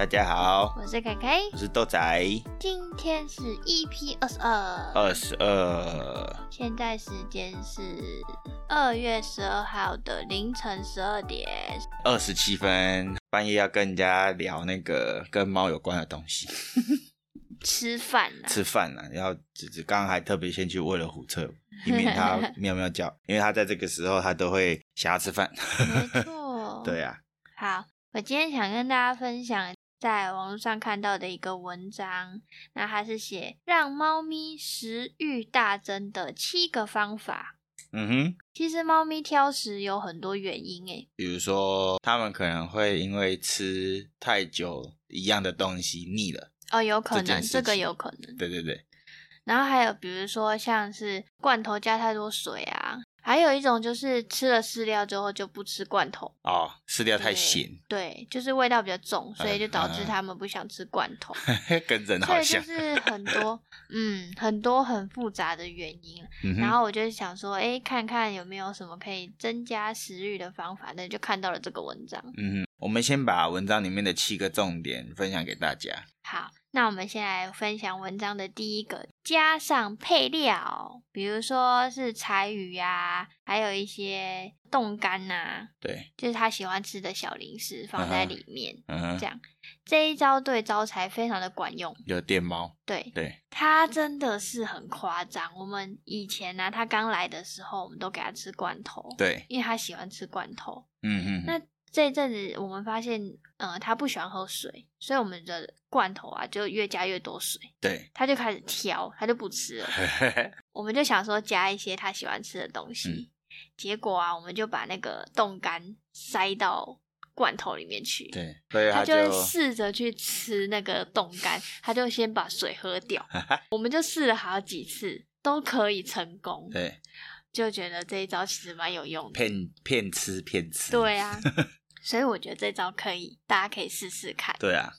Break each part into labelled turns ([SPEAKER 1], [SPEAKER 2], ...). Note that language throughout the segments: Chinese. [SPEAKER 1] Oh
[SPEAKER 2] 家好，
[SPEAKER 1] 我是凯凯，
[SPEAKER 2] 我是豆仔，
[SPEAKER 1] 今天是 EP 二十二，
[SPEAKER 2] 二十二，
[SPEAKER 1] 现在时间是二月十二号的凌晨十二点。
[SPEAKER 2] 二十七分，半夜要跟人家聊那个跟猫有关的东西，
[SPEAKER 1] 吃饭啦，
[SPEAKER 2] 吃饭呢、啊，然后只只刚刚还特别先去喂了虎彻，以免它喵喵叫，因为它在这个时候它都会想要吃 饭。
[SPEAKER 1] 没 错。
[SPEAKER 2] 对。啊，
[SPEAKER 1] 好，我今天想跟大家分享在网络上看到的一个文章，那它是写让猫咪食欲大增的七个方法。
[SPEAKER 2] 嗯哼，
[SPEAKER 1] 其实猫咪挑食有很多原因欸诶，
[SPEAKER 2] 比如说他们可能会因为吃太久一样的东西腻了，
[SPEAKER 1] 哦，有可
[SPEAKER 2] 这件
[SPEAKER 1] 能，
[SPEAKER 2] 事
[SPEAKER 1] 这个
[SPEAKER 2] 情
[SPEAKER 1] 有可能。
[SPEAKER 2] 对对对，
[SPEAKER 1] 然后还有比如说像是罐头加太多水啊，还有一种就是吃了饲料之后就不吃罐头，
[SPEAKER 2] 哦，饲料太
[SPEAKER 1] 对
[SPEAKER 2] 咸，
[SPEAKER 1] 对，就是味道比较重，所以就导致
[SPEAKER 2] 嗯
[SPEAKER 1] 它们不想吃罐 头。
[SPEAKER 2] 跟人
[SPEAKER 1] 所
[SPEAKER 2] 好
[SPEAKER 1] 以就
[SPEAKER 2] 像。
[SPEAKER 1] 是很 多，嗯，很多很复杂的原因。
[SPEAKER 2] 嗯
[SPEAKER 1] 然
[SPEAKER 2] 哼，
[SPEAKER 1] 后我就想说，哎，看看有没有什么可以增加食欲的方法，那就看到了这个文章。
[SPEAKER 2] 嗯哼，我们先把文章里面的七个重点分享给大家。
[SPEAKER 1] 好，那我们先来分享文章的第一个，加上配料，比如说是柴鱼呀、还有一些冻干呐、
[SPEAKER 2] 对，
[SPEAKER 1] 就是他喜欢吃的小零食放在里面。
[SPEAKER 2] 嗯
[SPEAKER 1] 这
[SPEAKER 2] 哼，
[SPEAKER 1] 样，这一招对招财非常的管用。
[SPEAKER 2] 有电猫，
[SPEAKER 1] 对，
[SPEAKER 2] 对，
[SPEAKER 1] 它真的是很夸张。我们以前呢、啊，它刚来的时候，我们都给它吃罐头，
[SPEAKER 2] 对，
[SPEAKER 1] 因为它喜欢吃罐头。
[SPEAKER 2] 嗯哼，
[SPEAKER 1] 那这一阵子我们发现，呃，它不喜欢喝水，所以我们的罐头啊就越加越多水，
[SPEAKER 2] 对，
[SPEAKER 1] 它就开始挑，它就不吃了。我们就想说加一些它喜欢吃的东西，
[SPEAKER 2] 嗯
[SPEAKER 1] 结果啊，我们就把那个冻干塞到罐头里面去，
[SPEAKER 2] 对，所以
[SPEAKER 1] 它
[SPEAKER 2] 他就
[SPEAKER 1] 就会试着去吃那个冻干，它就先把水 喝掉。我们就试了好几次，都可以成功，
[SPEAKER 2] 对
[SPEAKER 1] 就觉得这一招其实蛮有用的。
[SPEAKER 2] 骗骗吃骗吃，
[SPEAKER 1] 对啊，所以我觉得这招可以，大家可以试试看。
[SPEAKER 2] 对啊，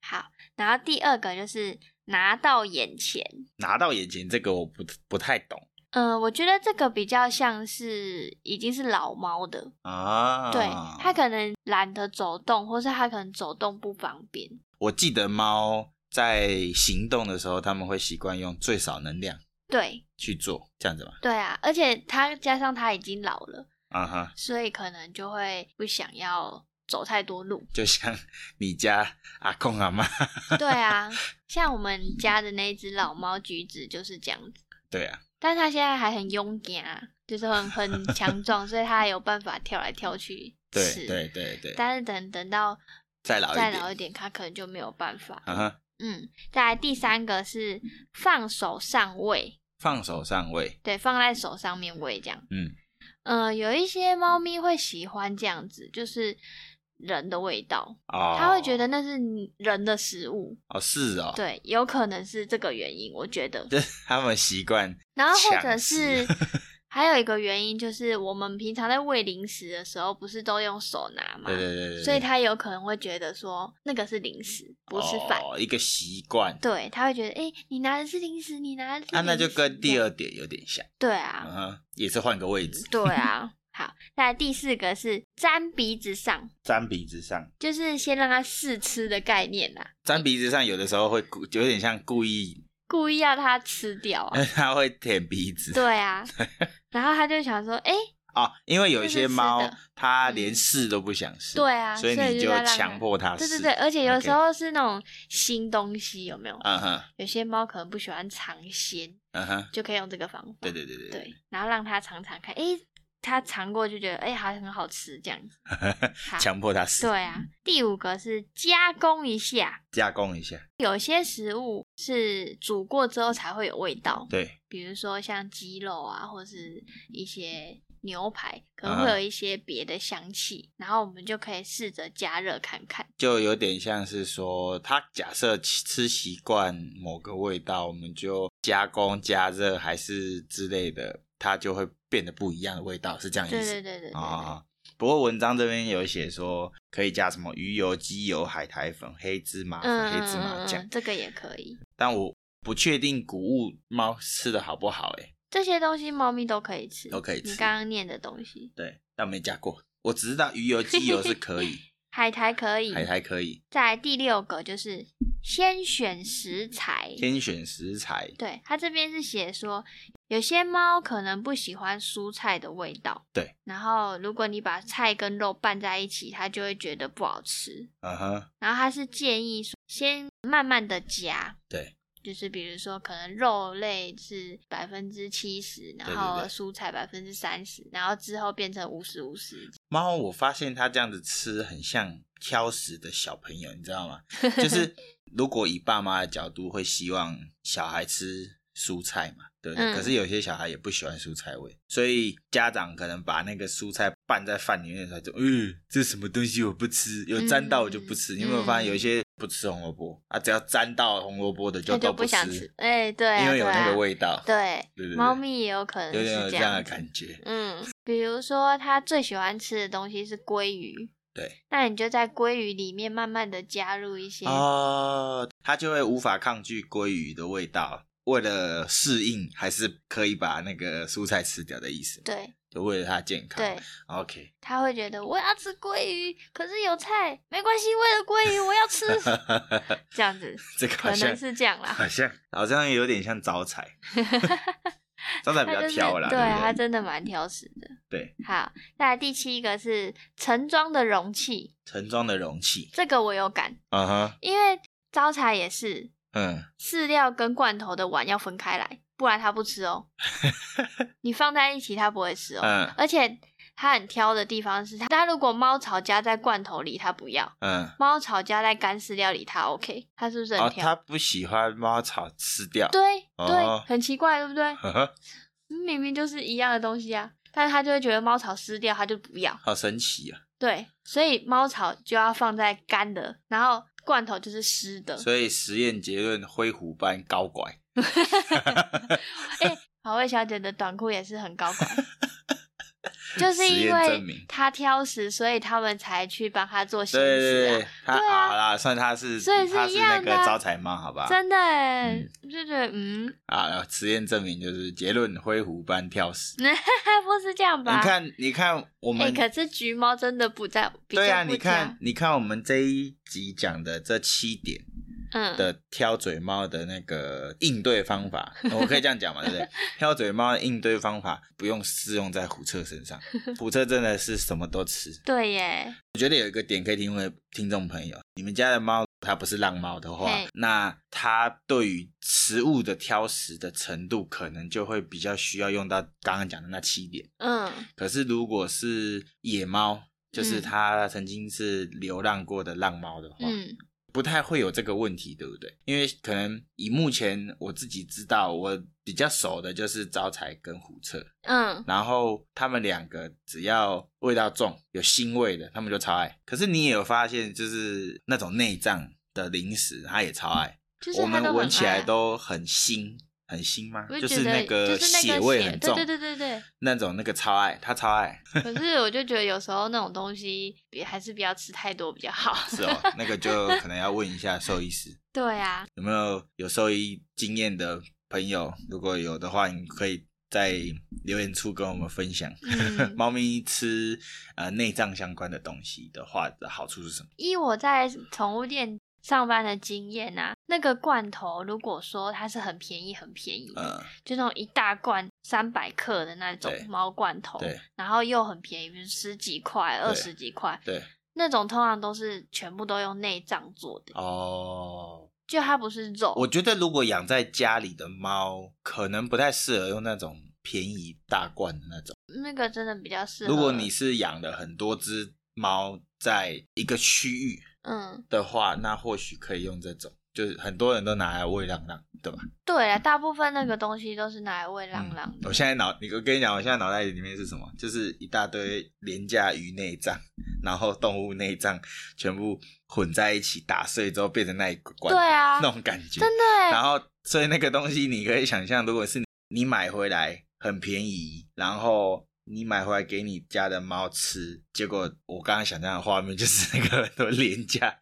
[SPEAKER 1] 好，然后第二个就是拿到眼前。
[SPEAKER 2] 拿到眼前这个我不不太懂
[SPEAKER 1] 嗯、我觉得这个比较像是已经是老猫的，
[SPEAKER 2] 啊。
[SPEAKER 1] 对，它可能懒得走动，或是它可能走动不方便。
[SPEAKER 2] 我记得猫在行动的时候，他们会习惯用最少能量
[SPEAKER 1] 对
[SPEAKER 2] 去做，这样子嘛。
[SPEAKER 1] 对啊，而且它加上它已经老了，
[SPEAKER 2] 啊哈，。
[SPEAKER 1] 所以可能就会不想要走太多路
[SPEAKER 2] 就像你家阿公阿妈，
[SPEAKER 1] 对啊，像我们家的那一只老猫橘子就是这样子，
[SPEAKER 2] 对啊，
[SPEAKER 1] 但它现在还很勇敢，啊就是很很强壮，所以它还有办法跳来跳去
[SPEAKER 2] 对
[SPEAKER 1] 吃。
[SPEAKER 2] 对对对，
[SPEAKER 1] 但是等等到
[SPEAKER 2] 再老一
[SPEAKER 1] 再
[SPEAKER 2] 点
[SPEAKER 1] 老一点，它可能就没有办法。
[SPEAKER 2] 啊哈，
[SPEAKER 1] 嗯，再来第三个是放手上位。
[SPEAKER 2] 放手上位，
[SPEAKER 1] 对，放在手上面喂这样。
[SPEAKER 2] 嗯，
[SPEAKER 1] 呃，有一些猫咪会喜欢这样子，就是人的味道，
[SPEAKER 2] 哦，
[SPEAKER 1] 它会觉得那是人的食物。
[SPEAKER 2] 哦是 哦，，
[SPEAKER 1] 对，有可能是这个原因，我觉得。
[SPEAKER 2] 他们习惯
[SPEAKER 1] 然后或者
[SPEAKER 2] 抢食
[SPEAKER 1] 是还有一个原因，就是我们平常在喂零食的时候，不是都用手拿嘛
[SPEAKER 2] 对，对对对对，
[SPEAKER 1] 所以它有可能会觉得说那个是零食，不是饭。
[SPEAKER 2] 哦、一个习惯。
[SPEAKER 1] 对，它会觉得，哎、你拿的是零食，你拿的是零食。
[SPEAKER 2] 啊，那就跟第
[SPEAKER 1] 这样
[SPEAKER 2] 二点有点像，
[SPEAKER 1] 对啊，
[SPEAKER 2] 嗯哼，也是换个位置，
[SPEAKER 1] 对啊，好，那第四个是沾鼻子上，
[SPEAKER 2] 沾鼻子上，
[SPEAKER 1] 就是先让它试吃的概念啊啦，
[SPEAKER 2] 沾鼻子上有的时候会故有点像故意，
[SPEAKER 1] 故意要它吃掉 啊。
[SPEAKER 2] 它会舔鼻子，
[SPEAKER 1] 对啊， 然后他就想说，哎、
[SPEAKER 2] 哦，因为有一些
[SPEAKER 1] 这
[SPEAKER 2] 猫
[SPEAKER 1] 是吃的嗯
[SPEAKER 2] 它连试都不想试，
[SPEAKER 1] 对啊，
[SPEAKER 2] 所
[SPEAKER 1] 以
[SPEAKER 2] 以你
[SPEAKER 1] 就要让它
[SPEAKER 2] 强。迫它
[SPEAKER 1] 对
[SPEAKER 2] 试，
[SPEAKER 1] 对对，而且有
[SPEAKER 2] OK
[SPEAKER 1] 时候是那种新东西，有没有？
[SPEAKER 2] 嗯哼，
[SPEAKER 1] 有些猫可能不喜欢尝鲜，
[SPEAKER 2] 嗯哼，
[SPEAKER 1] 就可以用这个方法。
[SPEAKER 2] 对对对对
[SPEAKER 1] 对，然后让它尝尝看，哎、它尝过就觉得，哎、还很好吃这样子。
[SPEAKER 2] 对，
[SPEAKER 1] 好
[SPEAKER 2] 强迫它试，
[SPEAKER 1] 对啊，第五个是加工一下，
[SPEAKER 2] 加工一下，
[SPEAKER 1] 有些食物是煮过之后才会有味道，
[SPEAKER 2] 对，
[SPEAKER 1] 比如说像鸡肉啊，或是一些牛排，可
[SPEAKER 2] 啊
[SPEAKER 1] 能会有一些别的香气，然后我们就可以试着加热看看。
[SPEAKER 2] 就有点像是说，它假设吃吃习惯某个味道，我们就加工、加热还是之类的，它就会变得不一样的味道，是这样意
[SPEAKER 1] 对
[SPEAKER 2] 思
[SPEAKER 1] 对对对对，
[SPEAKER 2] 啊、不过文章这边有写说可以加什么鱼油、鸡油、海苔粉、黑芝麻粉、
[SPEAKER 1] 嗯
[SPEAKER 2] 黑芝麻
[SPEAKER 1] 嗯嗯
[SPEAKER 2] 酱
[SPEAKER 1] 嗯，，这个也可以，
[SPEAKER 2] 但我不确定谷物猫吃的好不好、欸，
[SPEAKER 1] 这些东西猫咪都可以吃，
[SPEAKER 2] 都可以吃
[SPEAKER 1] 你刚刚念的东西，
[SPEAKER 2] 对，但我没加过，我只知道鱼油、鸡油是可以，
[SPEAKER 1] 海苔可以。
[SPEAKER 2] 海苔可以。
[SPEAKER 1] 再来第六个就是先选食材，
[SPEAKER 2] 先选食材，
[SPEAKER 1] 对，它这边是写说，有些猫可能不喜欢蔬菜的味道。
[SPEAKER 2] 对。
[SPEAKER 1] 然后，如果你把菜跟肉拌在一起，它就会觉得不好吃。
[SPEAKER 2] 嗯哼，
[SPEAKER 1] 然后，它是建议说，先慢慢的夹。
[SPEAKER 2] 对。
[SPEAKER 1] 就是比如说，可能肉类是百分之七十，然
[SPEAKER 2] 对对
[SPEAKER 1] 后
[SPEAKER 2] 对
[SPEAKER 1] 蔬菜百分之三十，然后之后变成五十五十。
[SPEAKER 2] 猫，我发现它这样子吃很像挑食的小朋友，你知道吗？ 就是如果以爸妈的角度，会希望小孩吃蔬菜嘛，对不对？
[SPEAKER 1] 嗯
[SPEAKER 2] 可是有些小孩也不喜欢蔬菜味，所以家长可能把那个蔬菜拌在饭里面的时候就，嗯，这什么东西我不吃，有沾到我就不吃。
[SPEAKER 1] 嗯
[SPEAKER 2] 你有没有发现有一些不吃红萝卜啊？只要沾到红萝卜的
[SPEAKER 1] 它
[SPEAKER 2] 就都
[SPEAKER 1] 就不想
[SPEAKER 2] 吃，
[SPEAKER 1] 哎、对、啊，
[SPEAKER 2] 因为有
[SPEAKER 1] 对
[SPEAKER 2] 那
[SPEAKER 1] 啊
[SPEAKER 2] 个味道。
[SPEAKER 1] 对，
[SPEAKER 2] 对对对
[SPEAKER 1] 猫咪也有可能
[SPEAKER 2] 有点有
[SPEAKER 1] 是
[SPEAKER 2] 这样的
[SPEAKER 1] 子
[SPEAKER 2] 感觉。
[SPEAKER 1] 嗯，比如说它最喜欢吃的东西是鲑鱼，
[SPEAKER 2] 对，
[SPEAKER 1] 那你就在鲑鱼里面慢慢的加入一些，
[SPEAKER 2] 哦，它就会无法抗拒鲑鱼的味道。为了适应，还是可以把那个蔬菜吃掉的意思，
[SPEAKER 1] 对
[SPEAKER 2] 就为了它健康。
[SPEAKER 1] 对，
[SPEAKER 2] ，OK，
[SPEAKER 1] 它会觉得我要吃鲑鱼，可是有菜没关系，为了鲑鱼我要 吃，这样子
[SPEAKER 2] 这个
[SPEAKER 1] 可
[SPEAKER 2] 好
[SPEAKER 1] 能
[SPEAKER 2] 像
[SPEAKER 1] 是这样啦。
[SPEAKER 2] 好像好像有点像招 财，招财比
[SPEAKER 1] 它
[SPEAKER 2] 较
[SPEAKER 1] 就是
[SPEAKER 2] 挑啦，
[SPEAKER 1] 对它
[SPEAKER 2] 不对？
[SPEAKER 1] 真的蛮挑食的。
[SPEAKER 2] 对，
[SPEAKER 1] 好，再来第七个是盛装的容器，
[SPEAKER 2] 盛装的容器，
[SPEAKER 1] 这个我有感，
[SPEAKER 2] 嗯哼，
[SPEAKER 1] 因为招财也是
[SPEAKER 2] 嗯，
[SPEAKER 1] 饲料跟罐头的碗要分开来，不然它不吃 哦。你放在一起它不会吃哦。
[SPEAKER 2] 嗯
[SPEAKER 1] 而且它很挑的地方是，它如果猫草夹在罐头里，它不要；
[SPEAKER 2] 嗯，
[SPEAKER 1] 猫草夹在干饲料里，它 OK。它是不是
[SPEAKER 2] 哦
[SPEAKER 1] 很，挑？
[SPEAKER 2] 它不喜欢猫草吃掉，嗯
[SPEAKER 1] 对
[SPEAKER 2] 哦
[SPEAKER 1] 对，很奇怪，对不对？
[SPEAKER 2] 呵呵，
[SPEAKER 1] 明明就是一样的东西啊，但是它就会觉得猫草湿掉，它就不要。
[SPEAKER 2] 好神奇啊！
[SPEAKER 1] 对，所以猫草就要放在干的，然后罐头就是湿的。
[SPEAKER 2] 所以实验结论，灰虎斑高拐，
[SPEAKER 1] 好味小姐的短裤也是很高 管，就
[SPEAKER 2] 实
[SPEAKER 1] 是因
[SPEAKER 2] 验证
[SPEAKER 1] 为
[SPEAKER 2] 明
[SPEAKER 1] 她挑食，所以他们才去帮她做形
[SPEAKER 2] 对对
[SPEAKER 1] 式
[SPEAKER 2] 对
[SPEAKER 1] 啊。，
[SPEAKER 2] 他
[SPEAKER 1] 对啊
[SPEAKER 2] 好啦，算他是，
[SPEAKER 1] 所以是
[SPEAKER 2] 他
[SPEAKER 1] 一
[SPEAKER 2] 是
[SPEAKER 1] 样
[SPEAKER 2] 那
[SPEAKER 1] 的啊
[SPEAKER 2] 个招财猫，好吧？
[SPEAKER 1] 真的欸
[SPEAKER 2] 嗯，
[SPEAKER 1] 就觉得嗯，
[SPEAKER 2] 啊，实验证明就是结论灰狐般挑食。
[SPEAKER 1] 不是这样
[SPEAKER 2] 你
[SPEAKER 1] 嗯吧？
[SPEAKER 2] 看，你看我
[SPEAKER 1] 哎、
[SPEAKER 2] 们，
[SPEAKER 1] 可是橘猫真的不在，比较
[SPEAKER 2] 对啊，
[SPEAKER 1] 不
[SPEAKER 2] 你
[SPEAKER 1] 挑
[SPEAKER 2] 看，，你看我们这一集讲的这七点
[SPEAKER 1] 嗯，
[SPEAKER 2] 的挑嘴猫的那个应对方法， 我可以这样讲嘛，对不对？挑嘴猫的应对方法不用适用在虎彻身 上，虎彻真的是什么都吃。
[SPEAKER 1] 对耶，
[SPEAKER 2] 我觉得有一个点可以提供给听众朋友：你们家的猫它不是浪猫的话
[SPEAKER 1] 嘿，
[SPEAKER 2] 那它对于食物的挑食的程度，可能就会比较需要用到刚刚讲的那七点。
[SPEAKER 1] 嗯
[SPEAKER 2] 可是如果是野猫，就是
[SPEAKER 1] 嗯
[SPEAKER 2] 它曾经是流浪过的浪猫的话，
[SPEAKER 1] 嗯
[SPEAKER 2] 不太会有这个问题，对不对？因为可能以目前我自己知道，我比较熟的就是招财跟虎彻，
[SPEAKER 1] 嗯，
[SPEAKER 2] 然后他们两个只要味道重、有腥味的，他们就超爱。可是你也有发现，就是那种内脏的零食，他也超爱。
[SPEAKER 1] 就是
[SPEAKER 2] 我
[SPEAKER 1] 它
[SPEAKER 2] 们
[SPEAKER 1] 都
[SPEAKER 2] 闻
[SPEAKER 1] 很
[SPEAKER 2] 起
[SPEAKER 1] 爱
[SPEAKER 2] 来
[SPEAKER 1] 啊
[SPEAKER 2] 都很腥，很腥吗
[SPEAKER 1] 我？就
[SPEAKER 2] 就是
[SPEAKER 1] 觉得
[SPEAKER 2] 那个
[SPEAKER 1] 就是那个
[SPEAKER 2] 血味
[SPEAKER 1] 血
[SPEAKER 2] 很
[SPEAKER 1] 对
[SPEAKER 2] 重，
[SPEAKER 1] 对对对对
[SPEAKER 2] 那种那个超爱，他超爱。
[SPEAKER 1] 可是我就觉得有时候那种东西也还是不要吃太多比较好。
[SPEAKER 2] 是哦，那个就可能要问一下兽医师，
[SPEAKER 1] 对啊，
[SPEAKER 2] 有没有有兽医经验的朋友，如果有的话，你可以在留言处跟我们分享。，
[SPEAKER 1] 嗯
[SPEAKER 2] 猫咪吃呃内脏相关的东西的话的好处是什么？
[SPEAKER 1] 依我在宠物店上班的经验啊，那个罐头如果说它是很便宜很便宜，
[SPEAKER 2] 呃，
[SPEAKER 1] 就那种一大罐三百克的那种
[SPEAKER 2] 对
[SPEAKER 1] 猫罐头，
[SPEAKER 2] 对
[SPEAKER 1] 然后又很便宜，比如十几块、
[SPEAKER 2] 对
[SPEAKER 1] 二十几块，
[SPEAKER 2] 对，
[SPEAKER 1] 那种通常都是全部都用内脏做的，
[SPEAKER 2] 哦，
[SPEAKER 1] 就它不是肉。
[SPEAKER 2] 我觉得如果养在家里的猫，可能不太适合用那种便宜大罐的那种。
[SPEAKER 1] 那个真的比较适合。
[SPEAKER 2] 如果你是养了很多只猫在一个区域
[SPEAKER 1] 嗯，
[SPEAKER 2] 的话，那或许可以用这种，就是很多人都拿来喂浪浪，对吧？
[SPEAKER 1] 对啊，大部分那
[SPEAKER 2] 嗯
[SPEAKER 1] 个东西都是拿来喂浪浪的。
[SPEAKER 2] 我现在脑，你我跟你讲，我现在脑袋里面是什么？就是一大堆廉价鱼内脏，然后动物内脏全部混在一起打碎之后变成那一罐，
[SPEAKER 1] 对啊，
[SPEAKER 2] 那种感觉。
[SPEAKER 1] 真的欸
[SPEAKER 2] 然后，所以那个东西你可以想象，如果是你买回来很便宜，然后你买回来给你家的猫吃，结果我刚刚想象的画面就是那个 很多脸颊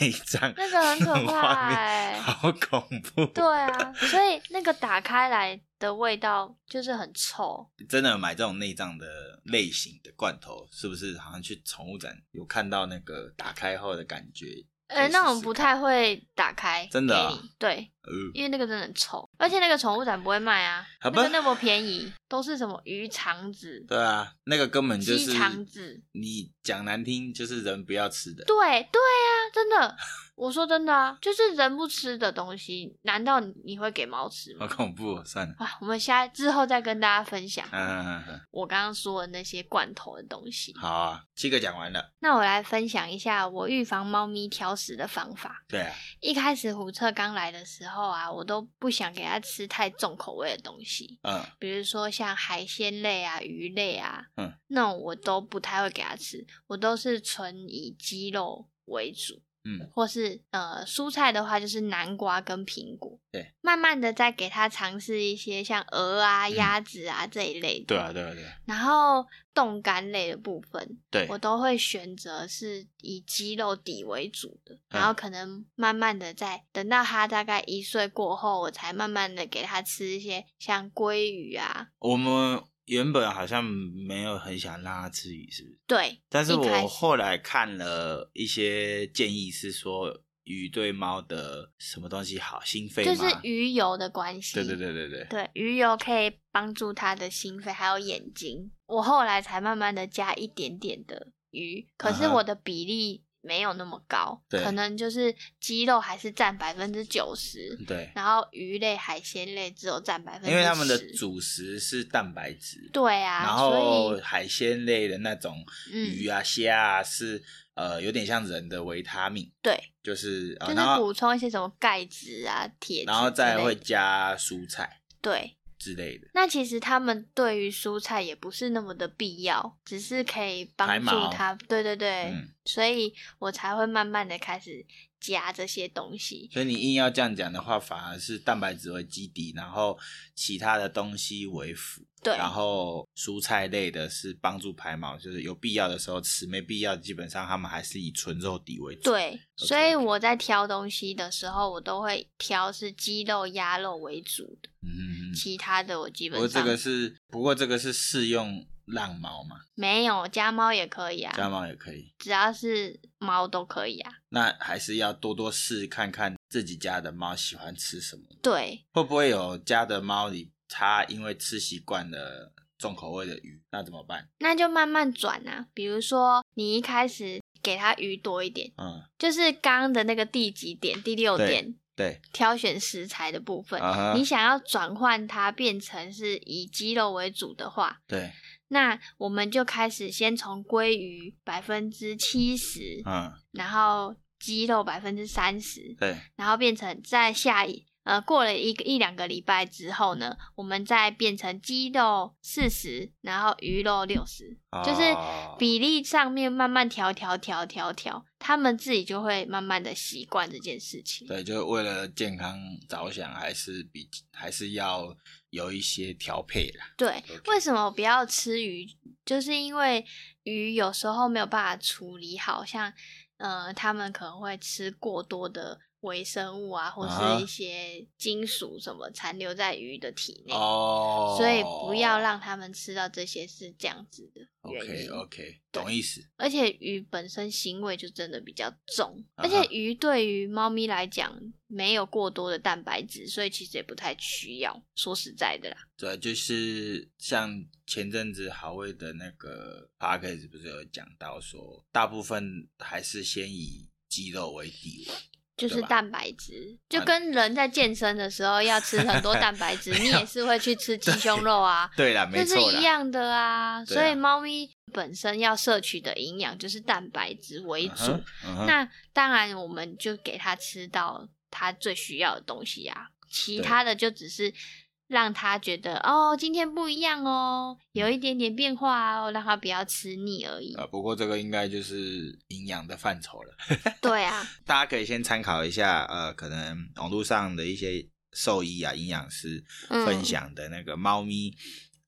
[SPEAKER 2] 那一张，
[SPEAKER 1] 那个很可
[SPEAKER 2] 画
[SPEAKER 1] 怕
[SPEAKER 2] 面
[SPEAKER 1] 哎、
[SPEAKER 2] 好恐怖，
[SPEAKER 1] 对啊，所以那个打开来的味道就是很臭。
[SPEAKER 2] 真的买这种内脏的类型的罐头，是不是好像去宠物展有看到那个打开后的感觉？
[SPEAKER 1] 呃，
[SPEAKER 2] 试
[SPEAKER 1] 那种
[SPEAKER 2] 试
[SPEAKER 1] 不
[SPEAKER 2] 看
[SPEAKER 1] 太会打开，
[SPEAKER 2] 真的啊
[SPEAKER 1] 对，
[SPEAKER 2] 呃，
[SPEAKER 1] 因为那个真的很臭，而且那个宠物展不会卖啊，
[SPEAKER 2] 好吧
[SPEAKER 1] 那个那么便宜，都是什么鱼肠子、
[SPEAKER 2] 对啊，那个根本就
[SPEAKER 1] 鸡
[SPEAKER 2] 是
[SPEAKER 1] 肠子，
[SPEAKER 2] 你讲难听就是人不要吃的，
[SPEAKER 1] 对对啊，真的，我说真的啊，就是人不吃的东西，难道你你会给猫吃
[SPEAKER 2] 好
[SPEAKER 1] 吗？
[SPEAKER 2] 恐怖、哦，算了，
[SPEAKER 1] 啊，我们下之后再跟大家分享
[SPEAKER 2] 嗯、嗯嗯
[SPEAKER 1] 我刚刚说的那些罐头的东西
[SPEAKER 2] 嗯。好啊，七个讲完了，
[SPEAKER 1] 那我来分享一下我预防猫咪挑食的方法。
[SPEAKER 2] 对啊，
[SPEAKER 1] 一开始虎彻刚来的时候啊，我都不想给它吃太重口味的东西，
[SPEAKER 2] 嗯，
[SPEAKER 1] 比如说像海鲜类啊、鱼类啊，
[SPEAKER 2] 嗯，
[SPEAKER 1] 那种我都不太会给它吃，我都是纯以鸡肉为主，
[SPEAKER 2] 嗯，
[SPEAKER 1] 或是呃蔬菜的话就是南瓜跟苹果，
[SPEAKER 2] 对，
[SPEAKER 1] 慢慢的再给它尝试一些像鹅啊、
[SPEAKER 2] 嗯
[SPEAKER 1] 鸭子啊、这一类的，
[SPEAKER 2] 对啊，对啊，对啊，
[SPEAKER 1] 然后冻干类的部分，
[SPEAKER 2] 对
[SPEAKER 1] 我都会选择是以鸡肉底为主的，然
[SPEAKER 2] 嗯
[SPEAKER 1] 后可能慢慢的在等到它大概一岁过后，我才慢慢的给它吃一些像鲑鱼啊，
[SPEAKER 2] 我们原本好像没有很想让它吃鱼，是不是？
[SPEAKER 1] 对，
[SPEAKER 2] 但是
[SPEAKER 1] 一
[SPEAKER 2] 我
[SPEAKER 1] 开始
[SPEAKER 2] 后来看了一些建议，是说鱼对猫的什么东西好，心肺
[SPEAKER 1] 就
[SPEAKER 2] 吗？
[SPEAKER 1] 是鱼油的关系，
[SPEAKER 2] 对对对对对，
[SPEAKER 1] 对，鱼油可以帮助它的心肺还有眼睛。我后来才慢慢的加一点点的鱼，可是
[SPEAKER 2] 嗯哼
[SPEAKER 1] 我的比例没有那么高，
[SPEAKER 2] 对
[SPEAKER 1] 可能就是鸡肉还是占百分之九十，
[SPEAKER 2] 对，
[SPEAKER 1] 然后鱼类、海鲜类只有占百分之
[SPEAKER 2] 因为它们的主食是蛋白质，、
[SPEAKER 1] 对啊，
[SPEAKER 2] 然后海鲜类的那种
[SPEAKER 1] 所以
[SPEAKER 2] 鱼
[SPEAKER 1] 嗯，
[SPEAKER 2] 啊、虾啊是呃有点像人的维他命，
[SPEAKER 1] 对，
[SPEAKER 2] 就是、呃、
[SPEAKER 1] 就
[SPEAKER 2] 然
[SPEAKER 1] 是
[SPEAKER 2] 后
[SPEAKER 1] 补充一些什么钙质啊、铁质之类的，
[SPEAKER 2] 然后再会加蔬菜
[SPEAKER 1] 对。
[SPEAKER 2] 之类的，
[SPEAKER 1] 那其实他们对于蔬菜也不是那么的必要，只是可以
[SPEAKER 2] 排
[SPEAKER 1] 帮助
[SPEAKER 2] 毛
[SPEAKER 1] 它。对对对，
[SPEAKER 2] 嗯，
[SPEAKER 1] 所以我才会慢慢的开始加这些东西。
[SPEAKER 2] 所以你硬要这样讲的话，反而是蛋白质为基底，然后其他的东西为辅。
[SPEAKER 1] 对，
[SPEAKER 2] 然后蔬菜类的是帮助排毛，就是有必要的时候吃，没必要基本上他们还是以纯肉底为主。
[SPEAKER 1] 对，所以我在挑东西的时候，我都会挑是鸡肉、鸭肉为主的，
[SPEAKER 2] 嗯，嗯嗯。
[SPEAKER 1] 其他的我基
[SPEAKER 2] 不过
[SPEAKER 1] 本
[SPEAKER 2] 这
[SPEAKER 1] 上
[SPEAKER 2] 个是，不过这个是适用浪毛嘛，
[SPEAKER 1] 没有家猫也可以
[SPEAKER 2] 家
[SPEAKER 1] 啊，
[SPEAKER 2] 猫也可以。
[SPEAKER 1] 只要是猫都可以啊。
[SPEAKER 2] 那还是要多多试看看自己家的猫喜欢吃什么，
[SPEAKER 1] 对，
[SPEAKER 2] 会不会有家的猫里它因为吃习惯了重口味的鱼，那怎么办？
[SPEAKER 1] 那就慢慢转啊。比如说，你一开始给它鱼多一点，
[SPEAKER 2] 嗯，
[SPEAKER 1] 就是刚刚的那个第几点，第六
[SPEAKER 2] 对
[SPEAKER 1] 点，
[SPEAKER 2] 对，
[SPEAKER 1] 挑选食材的部分。
[SPEAKER 2] 啊哈
[SPEAKER 1] 你，想要转换它变成是以鸡肉为主的话，
[SPEAKER 2] 对，
[SPEAKER 1] 那我们就开始先从鲑鱼百分之七十，
[SPEAKER 2] 嗯，
[SPEAKER 1] 然后鸡肉百分之三十，
[SPEAKER 2] 对，
[SPEAKER 1] 然后变成在下一呃过了一个一两个礼拜之后呢，我们再变成鸡肉四十，然后鱼肉六十，就是
[SPEAKER 2] 哦
[SPEAKER 1] 比例上面慢慢调调调调调，他们自己就会慢慢的习惯这件事情。
[SPEAKER 2] 对，就是为了健康着想，还是比还是要有一些调配啦。
[SPEAKER 1] 对
[SPEAKER 2] OK
[SPEAKER 1] 为什么不要吃鱼？就是因为鱼有时候没有办法处理好，像呃，他们可能会吃过多的微生物啊，或
[SPEAKER 2] 啊
[SPEAKER 1] 是一些金属什么残留在鱼的体内，
[SPEAKER 2] 哦，
[SPEAKER 1] 所以不要让他们吃到这些是这样子的原
[SPEAKER 2] OK
[SPEAKER 1] 因。
[SPEAKER 2] 哦 OK，懂意思。
[SPEAKER 1] 而且鱼本身腥味就真的比较重，而
[SPEAKER 2] 啊
[SPEAKER 1] 且
[SPEAKER 2] 哈
[SPEAKER 1] 鱼对于猫咪来讲没有过多的蛋白质，所以其实也不太需要。说实在的啦。
[SPEAKER 2] 对，就是像前阵子好味的那个 p a c k a g e 不是有讲到说，大部分还是先以鸡肉为底嘛
[SPEAKER 1] 就是
[SPEAKER 2] 对吧
[SPEAKER 1] 蛋白质，就
[SPEAKER 2] 啊
[SPEAKER 1] 跟人在健身的时候要吃很多蛋 白质，你也是会去吃鸡胸肉啊，
[SPEAKER 2] 对啦，
[SPEAKER 1] 这
[SPEAKER 2] 没
[SPEAKER 1] 是
[SPEAKER 2] 错啦
[SPEAKER 1] 一。样的啊。
[SPEAKER 2] 对啊
[SPEAKER 1] 所以猫咪本身要摄取的营养就是蛋白质为
[SPEAKER 2] 嗯
[SPEAKER 1] 主，
[SPEAKER 2] 哼嗯哼
[SPEAKER 1] 那当然我们就给它吃到它最需要的东西啊，其
[SPEAKER 2] 对
[SPEAKER 1] 他的就只是。让它觉得哦，今天不一样哦，有
[SPEAKER 2] 嗯
[SPEAKER 1] 一点点变化哦，让它不要吃腻而已。
[SPEAKER 2] 呃，不过这个应该就是营养的范畴了。
[SPEAKER 1] 对啊，
[SPEAKER 2] 大家可以先参考一下，呃，可能网络上的一些兽医啊、营养师
[SPEAKER 1] 嗯
[SPEAKER 2] 分享的那个猫咪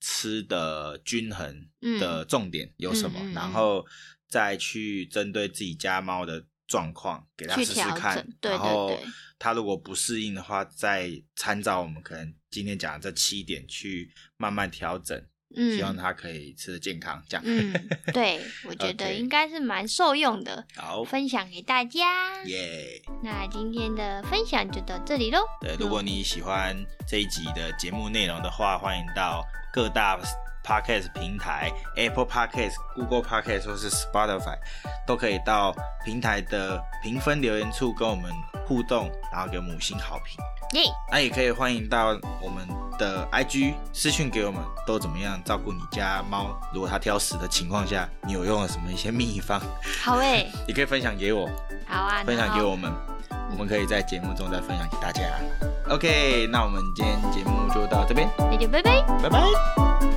[SPEAKER 2] 吃的均衡
[SPEAKER 1] 嗯
[SPEAKER 2] 的重点有什么，
[SPEAKER 1] 嗯嗯嗯
[SPEAKER 2] 然后再去针对自己家猫的状况给它
[SPEAKER 1] 去
[SPEAKER 2] 试试
[SPEAKER 1] 调
[SPEAKER 2] 看
[SPEAKER 1] 整，对
[SPEAKER 2] 然
[SPEAKER 1] 对
[SPEAKER 2] 后
[SPEAKER 1] 对
[SPEAKER 2] 它如果不适应的话，再参照我们可能今天讲的这七点去慢慢调整，希望
[SPEAKER 1] 嗯
[SPEAKER 2] 它可以吃的健康，这样。
[SPEAKER 1] 嗯，对，我觉得
[SPEAKER 2] OK
[SPEAKER 1] 应该是蛮受用的，
[SPEAKER 2] 好，
[SPEAKER 1] 分享给大家。
[SPEAKER 2] 耶、
[SPEAKER 1] 那今天的分享就到这里喽。
[SPEAKER 2] 对，如果你喜欢这一集的节目内容的话，欢迎到各大 podcast 平台，Apple Podcast、Google Podcast 或是 Spotify，都可以到平台的评分留言处跟我们互动，然后给我们五星好评。
[SPEAKER 1] 耶、
[SPEAKER 2] 那也可以欢迎到我们的 IG 私讯给我们，都怎么样照顾你家猫？如果它挑食的情况下，你有用了什么一些秘方，
[SPEAKER 1] 好诶、
[SPEAKER 2] 也可以分享给我。
[SPEAKER 1] 好啊，
[SPEAKER 2] 分享给
[SPEAKER 1] 然后
[SPEAKER 2] 我们，我们可以在节目中再分享给大家。OK，那我们今天节目就到这边，
[SPEAKER 1] 那就拜拜。
[SPEAKER 2] 拜拜。